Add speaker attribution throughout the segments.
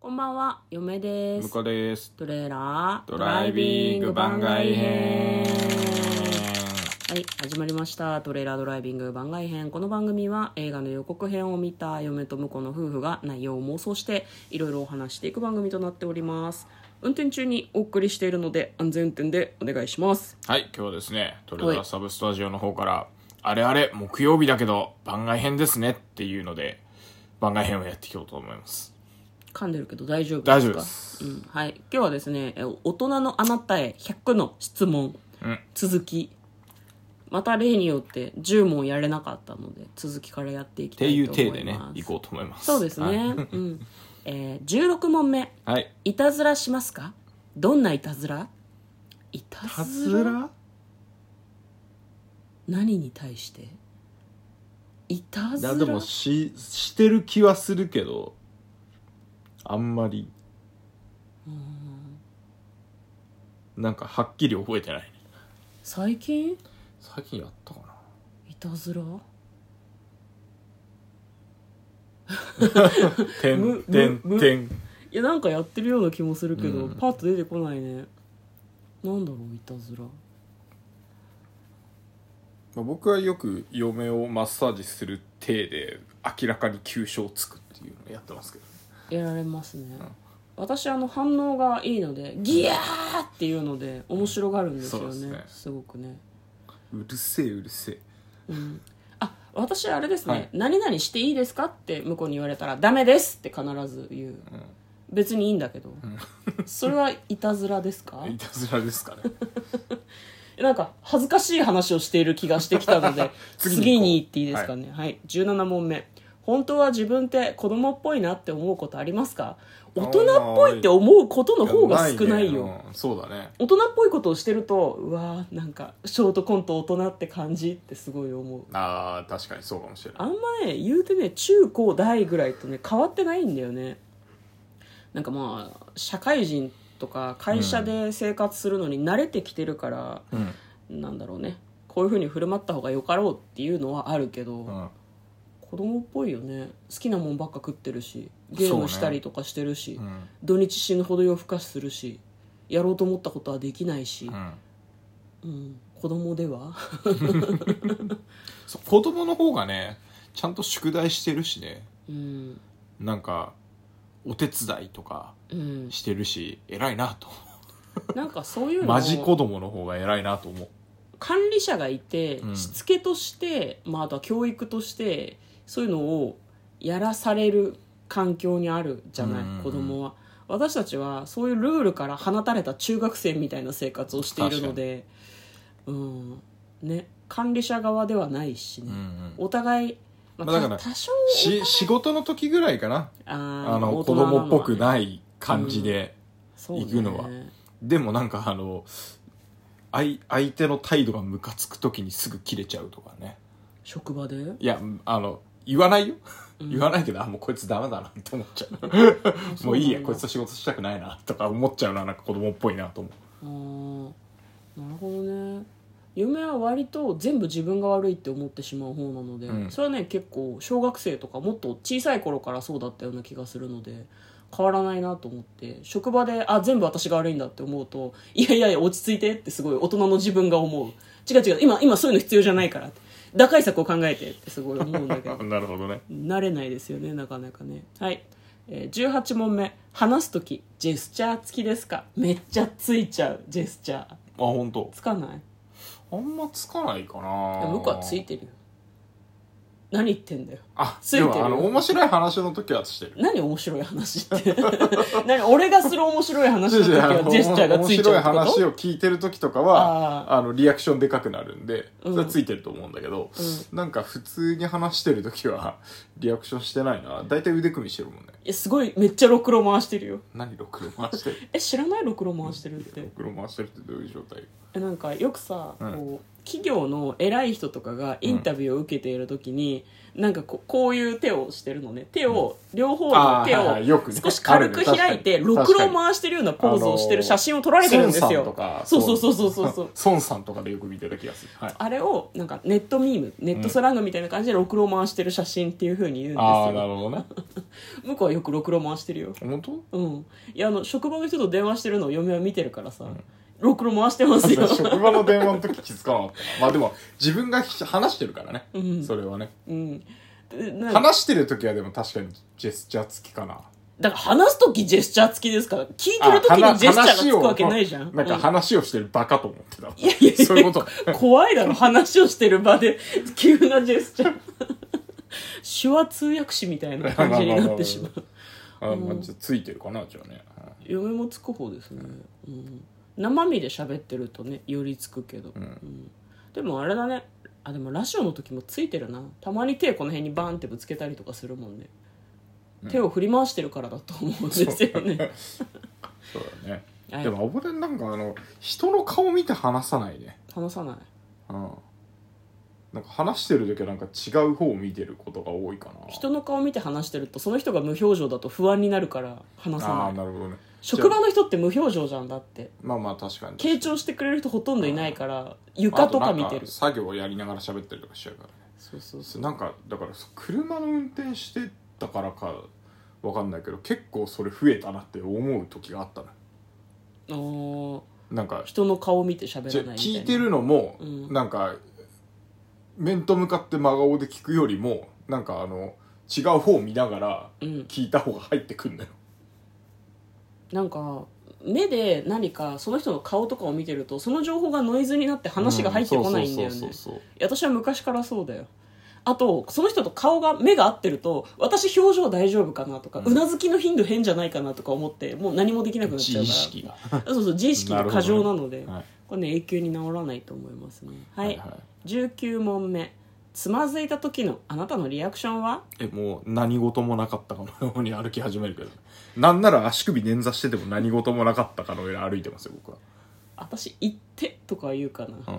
Speaker 1: こんばんは、嫁で
Speaker 2: 向
Speaker 1: す。
Speaker 2: こうです
Speaker 1: トレーラー
Speaker 2: ドライビング番外編
Speaker 1: はい、始まりました。トレーラードライビング番外編。この番組は映画の予告編を見た嫁と婿の夫婦が内容を妄想していろいろお話していく番組となっております。運転中にお送りしているので安全運転でお願いします。
Speaker 2: はい今日はですねトレーラーサブスタジオの方からあれあれ木曜日だけど番外編ですねっていうので番外編をやっていこうと思います
Speaker 1: 噛んでるけど大丈夫ですか
Speaker 2: 大丈夫で、す
Speaker 1: うん、はい。今日はですね、え大人のあなたへ100の質問、
Speaker 2: うん
Speaker 1: 続き。また例によって10問やれなかったので、続きからやっていき
Speaker 2: ったてい
Speaker 1: いうと思い
Speaker 2: 体
Speaker 1: ます。
Speaker 2: でね行こうと思います
Speaker 1: そうですね。うん。えー、16問目。
Speaker 2: はい、はい、
Speaker 1: いたずらしますかどんないたずらいた
Speaker 2: は
Speaker 1: ず
Speaker 2: ず
Speaker 1: ら
Speaker 2: ら
Speaker 1: 何に対していたず
Speaker 2: い
Speaker 1: ら
Speaker 2: やでもししてる気はするけどあんまりなんかはっきり覚えてない
Speaker 1: 最近
Speaker 2: 最近やったかない
Speaker 1: たずら
Speaker 2: て
Speaker 1: む
Speaker 2: んてん
Speaker 1: む
Speaker 2: てん
Speaker 1: いやなんかやってるような気もするけど、
Speaker 2: うん
Speaker 1: パッと出てこないねなんだろういたずら
Speaker 2: まあ僕はよく嫁をマッサージする体で明らかに急所をつくっていうのをやってますけど
Speaker 1: やられますね、私あの反応がいいのでギヤーっていうので面白がるんですよね
Speaker 2: そう
Speaker 1: す
Speaker 2: ですね
Speaker 1: ごくね
Speaker 2: うるせえうるせえ
Speaker 1: うんあ私あれですね、
Speaker 2: はい
Speaker 1: 何々していいですかって向こうに言われたら「ダメです!」って必ず言う、別にいいんだけど、それはいたずらです か
Speaker 2: いたずらですかね
Speaker 1: なんか恥ずかしい話をしている気がしてきたので 次
Speaker 2: 次
Speaker 1: に
Speaker 2: に
Speaker 1: 行っていいですかねはい、17問目本当は自分って子供っぽいなって思うことありますか大人っぽいって思うことの方が少ないよ
Speaker 2: ねうんそうだね
Speaker 1: 大人っぽいことをしてるとうわーなんかショートコント大人って感じってすごい思う
Speaker 2: あー確かにそうかもしれな
Speaker 1: あ
Speaker 2: い
Speaker 1: んまね言うてね中高大ぐらいとね変わってないんだよねなんかまあ社会人とか会社で生活するのに慣れてきてるから、
Speaker 2: うん
Speaker 1: なんだろうねこういうふうに振る舞った方がよかろうっていうのはあるけど、
Speaker 2: うん
Speaker 1: 子供っぽいよね好きなもんばっか食ってるしゲームしたりとかしてるし、
Speaker 2: うん
Speaker 1: 土日死ぬほど夜更かしするしやろうと思ったことはできないし
Speaker 2: う、
Speaker 1: う
Speaker 2: ん
Speaker 1: ん、子供では
Speaker 2: そう子供の方がねちゃんと宿題してるしね
Speaker 1: うん
Speaker 2: なんかお手伝いとか
Speaker 1: うん
Speaker 2: してるし偉いなと
Speaker 1: なんかそういうのを
Speaker 2: マジ子供の方が偉いなと思う
Speaker 1: 管理者がいて、
Speaker 2: うん
Speaker 1: しつけとして、まあ、あとは教育としてそういうのをやらされる環境にあるじゃない、
Speaker 2: うんうんうん
Speaker 1: 子供は私たちはそういうルールから放たれた中学生みたいな生活をしているので、うんね、管理者側ではないしね、
Speaker 2: うん
Speaker 1: お互い、まあ
Speaker 2: まあだから
Speaker 1: た多少
Speaker 2: し仕事の時ぐらいかな
Speaker 1: あー
Speaker 2: あの
Speaker 1: 大人
Speaker 2: 子
Speaker 1: なのは
Speaker 2: 供っぽくない感じで、
Speaker 1: そうね
Speaker 2: 行くのはでもなんかあの相相手の態度がムカつく時にすぐ切れちゃうとかね
Speaker 1: 職場で
Speaker 2: いやあの言わないよ言わないけど、あもうこいつダメだなって思っ ちゃうもういいやこいつと仕事したくないなとか思っちゃうななんか子供っぽいなと思
Speaker 1: あーなるほどね夢は割と全部自分が悪いって思ってしまう方なので、
Speaker 2: うん
Speaker 1: それはね結構小学生とかもっと小さい頃からそうだったような気がするので変わらないなと思って職場であ全部私が悪いんだって思うといやいやいや落ち着いてってすごい大人の自分が思う違う違う今今そういうの必要じゃないからって打開策を考えてってすごい思うんだけど
Speaker 2: うなるほどね
Speaker 1: 慣れないですよねなかなかねはい、えー18問目話す時ジェスチャー付きですかめっちゃついちゃうジェスチャー
Speaker 2: あ本当
Speaker 1: つかない
Speaker 2: あんまつかないか
Speaker 1: い
Speaker 2: な
Speaker 1: や向こうはついてるよ何言ってんだよ
Speaker 2: あ
Speaker 1: ついてる
Speaker 2: でもあの面白い話の時はしてる
Speaker 1: 何面白い話って 何俺がする面白い話の時
Speaker 2: あ
Speaker 1: は
Speaker 2: の
Speaker 1: ジェスチャーがついちゃうってこ
Speaker 2: 面白い話
Speaker 1: と
Speaker 2: を聞いてる時とかは
Speaker 1: あ
Speaker 2: あのリアクションでかくなるんで
Speaker 1: う
Speaker 2: そ
Speaker 1: ん
Speaker 2: れはついてると思うんだけど、なんか普通に話してる時はリアクションしてないな大体腕組みしてるもんね
Speaker 1: いやすごいめっちゃろくろ回してるよ
Speaker 2: 何ろくろ回してる
Speaker 1: え知らないろくろ回してるって
Speaker 2: ろくろ回してるってどういう状態
Speaker 1: えなんかよくさ、
Speaker 2: うん
Speaker 1: こう企業の偉い人とかがインタビューを受けている時に、なんかこうこういう手をしてるのね手を、両方の手
Speaker 2: あーはいはいよ
Speaker 1: を
Speaker 2: くね
Speaker 1: 少し軽く開い
Speaker 2: あ
Speaker 1: て
Speaker 2: る
Speaker 1: ろ
Speaker 2: ね確
Speaker 1: く
Speaker 2: かに
Speaker 1: ろを回してるようなポーズをしてる写真を撮られてるんです
Speaker 2: 孫さんと
Speaker 1: よ
Speaker 2: か
Speaker 1: そうそうそうそうそうそう
Speaker 2: 孫さんとかでよく見てた気がする、はい、
Speaker 1: あれをなんかネットミームネットスラングみたいな感じでろくろを回してる写真っていうふうに言うんです
Speaker 2: ああな
Speaker 1: よ
Speaker 2: るほどね
Speaker 1: 向こうはよくろくろ回してるよ
Speaker 2: 本当
Speaker 1: うんいやあの職場の人と電話してるのを嫁は見てるからさ、ろくろ回してます よ
Speaker 2: 職場の電話の時気づかなかったなまあでも自分が話してるからね、
Speaker 1: ん
Speaker 2: それはね
Speaker 1: うんでなんか
Speaker 2: 話してる時はでも確かにジェスチャー付きかな
Speaker 1: だから話す時ジェスチャー付きですから聞いてる時にジェスチャーがつくわけないじゃん
Speaker 2: あ話をなんか
Speaker 1: うん
Speaker 2: 話をしてるバカと思ってた、
Speaker 1: いやいやいや
Speaker 2: そういうこと
Speaker 1: 怖いだろ話をしてる場で急なジェスチャー手話通訳士みたいな感じになってしまう
Speaker 2: あ、まあ、じゃあついてるかなじゃあね、
Speaker 1: 嫁もつく方ですね、うん、生身で喋ってるとねよりつくけど、うんでもあれだねあでもラジオの時もついてるなたまに手この辺にバーンってぶつけたりとかするもんね、手を振り回してるからだと思うんですよ ね
Speaker 2: そうだね、
Speaker 1: はい
Speaker 2: でも溺れんなんかあの人の顔見て話さないね
Speaker 1: 話さない
Speaker 2: うんなんか話してる時はなんか違う方を見てることが多いかな
Speaker 1: 人の顔見て話してるとその人が無表情だと不安になるから話さ
Speaker 2: ああ
Speaker 1: ない
Speaker 2: なるほどね
Speaker 1: 職
Speaker 2: じゃ
Speaker 1: 場の人って無表情じゃんだって
Speaker 2: あまあまあ確かに
Speaker 1: 傾聴してくれる人ほとんどいないから床とか見て
Speaker 2: あなん
Speaker 1: る
Speaker 2: 作業をやりながら喋ったりとかしちゃうからね
Speaker 1: そうそうそう
Speaker 2: なんかだから車の運転してたからかわかんないけど結構それ増えたなって思う時があったの
Speaker 1: あー
Speaker 2: なんか
Speaker 1: 人の顔見て喋
Speaker 2: じゃ
Speaker 1: らないみたいな
Speaker 2: 聞いてるのも、
Speaker 1: うん
Speaker 2: なんか面と向かって真顔で聞くよりもなんかあの違う方を見ながら
Speaker 1: うん
Speaker 2: 聞いた方が入ってくんのよ、
Speaker 1: なんか目で何かその人の顔とかを見てるとその情報がノイズになって話が入ってこないんだよ
Speaker 2: う
Speaker 1: ね
Speaker 2: そうそうそうそう
Speaker 1: 私は昔からそうだよあとその人と顔が目が合ってると私表情大丈夫かなとかうなずきの頻度変じゃないかなとか思ってもう何もできなくなっち
Speaker 2: 自
Speaker 1: ゃう
Speaker 2: 意
Speaker 1: から
Speaker 2: 識が
Speaker 1: あ そうそう自意識が過剰なので
Speaker 2: はい
Speaker 1: これね永久に治らないと思いますねはい、
Speaker 2: はいはい
Speaker 1: 19問目つまずいた時のあなたのリアクションは
Speaker 2: えもう何事もなかったかのように歩き始めるけどなんなら足首捻挫してても何事もなかったかのように歩いてますよ僕は
Speaker 1: 私行ってとか言うかな、
Speaker 2: ん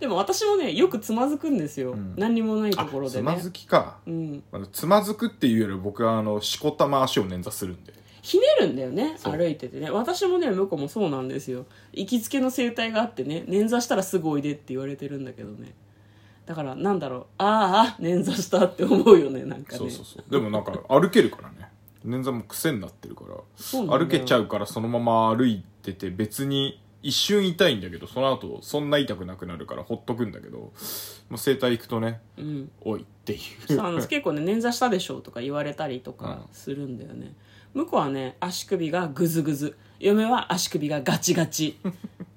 Speaker 1: でも私もねよくつまずくんですよ、
Speaker 2: ん
Speaker 1: 何にもないと
Speaker 2: あ
Speaker 1: ころで
Speaker 2: つ
Speaker 1: ね
Speaker 2: まずきか、
Speaker 1: うん、
Speaker 2: あのつまずくっていうより僕はあのしこたま足を捻挫するんで
Speaker 1: ひねるんだよね
Speaker 2: そう
Speaker 1: 歩いててね私もね向こうもそうなんですよ行きつけの整体があってね捻挫したらすぐおいでって言われてるんだけどねだからなんだろうあーあ捻挫したって思うよねなんかね
Speaker 2: そうそうそうでもなんか歩けるからね捻挫も癖になってるから
Speaker 1: そうなんだよ
Speaker 2: 歩けちゃうからそのまま歩いてて別に一瞬痛いんだけどその後そんな痛くなくなるからほっとくんだけどもう整体行くとね
Speaker 1: うん
Speaker 2: 「おい」ってい
Speaker 1: そううあの結構ね捻挫したでしょとか言われたりとか
Speaker 2: う
Speaker 1: するんだよね、向こうはね足首がグズグズ嫁は足首がガチガ チ、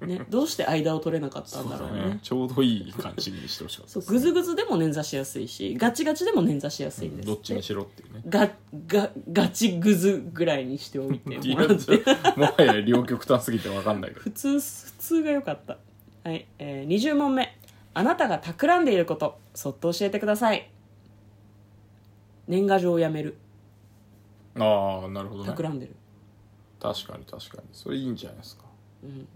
Speaker 1: ね、どうして間を取れなかったんだろうねそう
Speaker 2: ちょうどいい感じにしてほしかったです
Speaker 1: グズグズでも捻挫しやすいしガチガチでも捻挫しやすいんです
Speaker 2: どっちにしろっていうね
Speaker 1: ががガチグズぐらいにしておいて
Speaker 2: い
Speaker 1: も
Speaker 2: や
Speaker 1: らって
Speaker 2: ちょ もはや両極端すぎて分かんないけど
Speaker 1: 普通普通が良かったはい、えー、20問目あなたが企んでいることそっと教えてください年賀状をやめる
Speaker 2: ああなるほどね
Speaker 1: 企んでる
Speaker 2: 確かに確かにそれいいんじゃないですか
Speaker 1: うん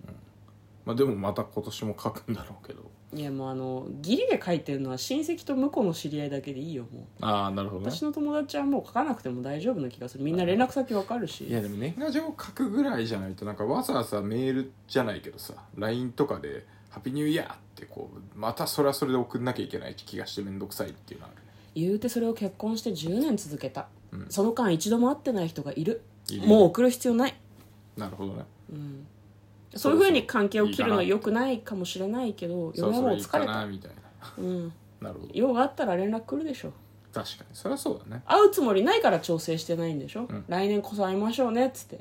Speaker 2: まあでもまた今年も書くんだろうけど
Speaker 1: いやもうあの義理で書いてるのは親戚と向こうの知り合いだけでいいよもう
Speaker 2: ああなるほどね
Speaker 1: 私の友達はもう書かなくても大丈夫な気がするみんな連絡先わかるし
Speaker 2: いやでも年賀状書くぐらいじゃないとなんかわざわざメールじゃないけどさ LINE とかで「ハッピーニューイヤー」ってこうまたそれはそれで送んなきゃいけない気がして面倒くさいっていうのはあるね
Speaker 1: 言うてそれを結婚して10年続けた、その間一度も会ってない人がいる
Speaker 2: いる
Speaker 1: もう送る必要ない
Speaker 2: なるほどね
Speaker 1: そういうふうに関係を切るのは良くないかもしれないけど嫁
Speaker 2: そろ
Speaker 1: は
Speaker 2: そ
Speaker 1: も
Speaker 2: ろ
Speaker 1: う
Speaker 2: いいか
Speaker 1: 疲れ
Speaker 2: な
Speaker 1: た
Speaker 2: みたいな
Speaker 1: うん
Speaker 2: なるほど
Speaker 1: 用があったら連絡来るでしょ
Speaker 2: 確かにそれはそうだね
Speaker 1: 会うつもりないから調整してないんでしょ、
Speaker 2: ん
Speaker 1: 来年こそ会いましょうねっつって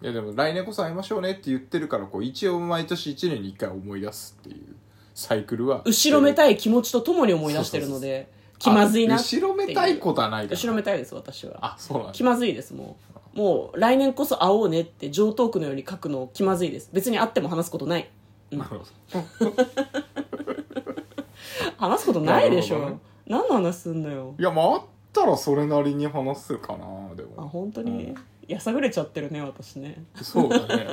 Speaker 2: いやでも来年こそ会いましょうねって言ってるからこう一応毎年1年に1回思い出すっていうサイクルは
Speaker 1: 後ろめたい気持ちとともに思い出してるので気まずいな
Speaker 2: あ
Speaker 1: っていう
Speaker 2: 後ろめたいことはないから
Speaker 1: 後ろめたいです私は
Speaker 2: あそうなんだ
Speaker 1: 気まずいですもうもう来年こそ会おうねって上等句のように書くの気まずいです別に会っても話すことない
Speaker 2: なるほど
Speaker 1: 話すことないでしょ、
Speaker 2: なるほどね
Speaker 1: 何の話すんのよ
Speaker 2: いやまああったらそれなりに話すかなでも
Speaker 1: あ本当に、
Speaker 2: うん
Speaker 1: やさぐれちゃってるね私ね
Speaker 2: そうだね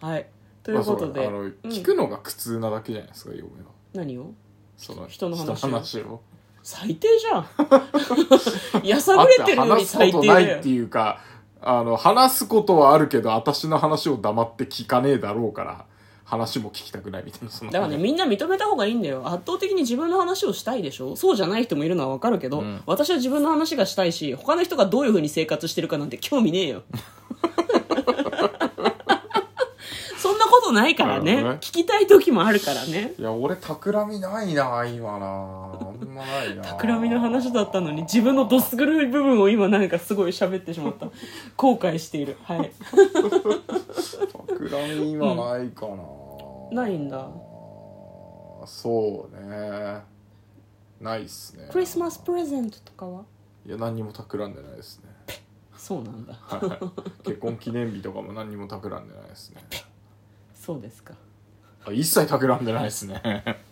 Speaker 1: はい ということで、
Speaker 2: まあそうあの
Speaker 1: うん
Speaker 2: 聞くのが苦痛なだけじゃないですか嫁は
Speaker 1: 何を
Speaker 2: その
Speaker 1: 人の話を
Speaker 2: を
Speaker 1: 最低じゃん やさぐれてるよ
Speaker 2: あっ
Speaker 1: り
Speaker 2: て話
Speaker 1: 最
Speaker 2: すこ
Speaker 1: 低
Speaker 2: とな
Speaker 1: だ
Speaker 2: い
Speaker 1: よ
Speaker 2: っていうかあの話すことはあるけど私の話を黙って聞かねえだろうから話も聞きたくないみたいなその
Speaker 1: だからねみんな認めた方がいいんだよ圧倒的に自分の話をしたいでしょそうじゃない人もいるのは分かるけど、
Speaker 2: うん
Speaker 1: 私は自分の話がしたいし他の人がどういうふうに生活してるかなんて興味ねえ よそんなことないからね
Speaker 2: なるほどね
Speaker 1: 聞きたい時もあるからね
Speaker 2: いや俺企みないな今なあんまない な
Speaker 1: 企みの話だったのに自分のどす黒い部分を今なんかすごい喋ってしまった後悔しているはい
Speaker 2: 企み今ないかな、
Speaker 1: ないんだ
Speaker 2: そうねないっすね
Speaker 1: クリスマスプレゼントとかはい
Speaker 2: や何にも企んでないですね
Speaker 1: そうなんだ
Speaker 2: はい結婚記念日とかも何にも企んでないですね
Speaker 1: そうですか
Speaker 2: あ一切企んでないです ね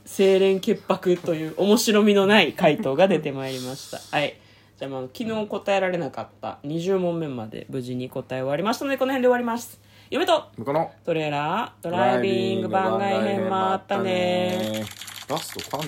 Speaker 1: 清廉潔白という面白みのない回答が出てまいりましたはいじゃあまあ昨日答えられなかった20問目まで無事に答え終わりましたのでこの辺で終わります嫁と
Speaker 2: 向こうの
Speaker 1: トレーラードライビング番外編もあったね
Speaker 2: ラスト噛んだ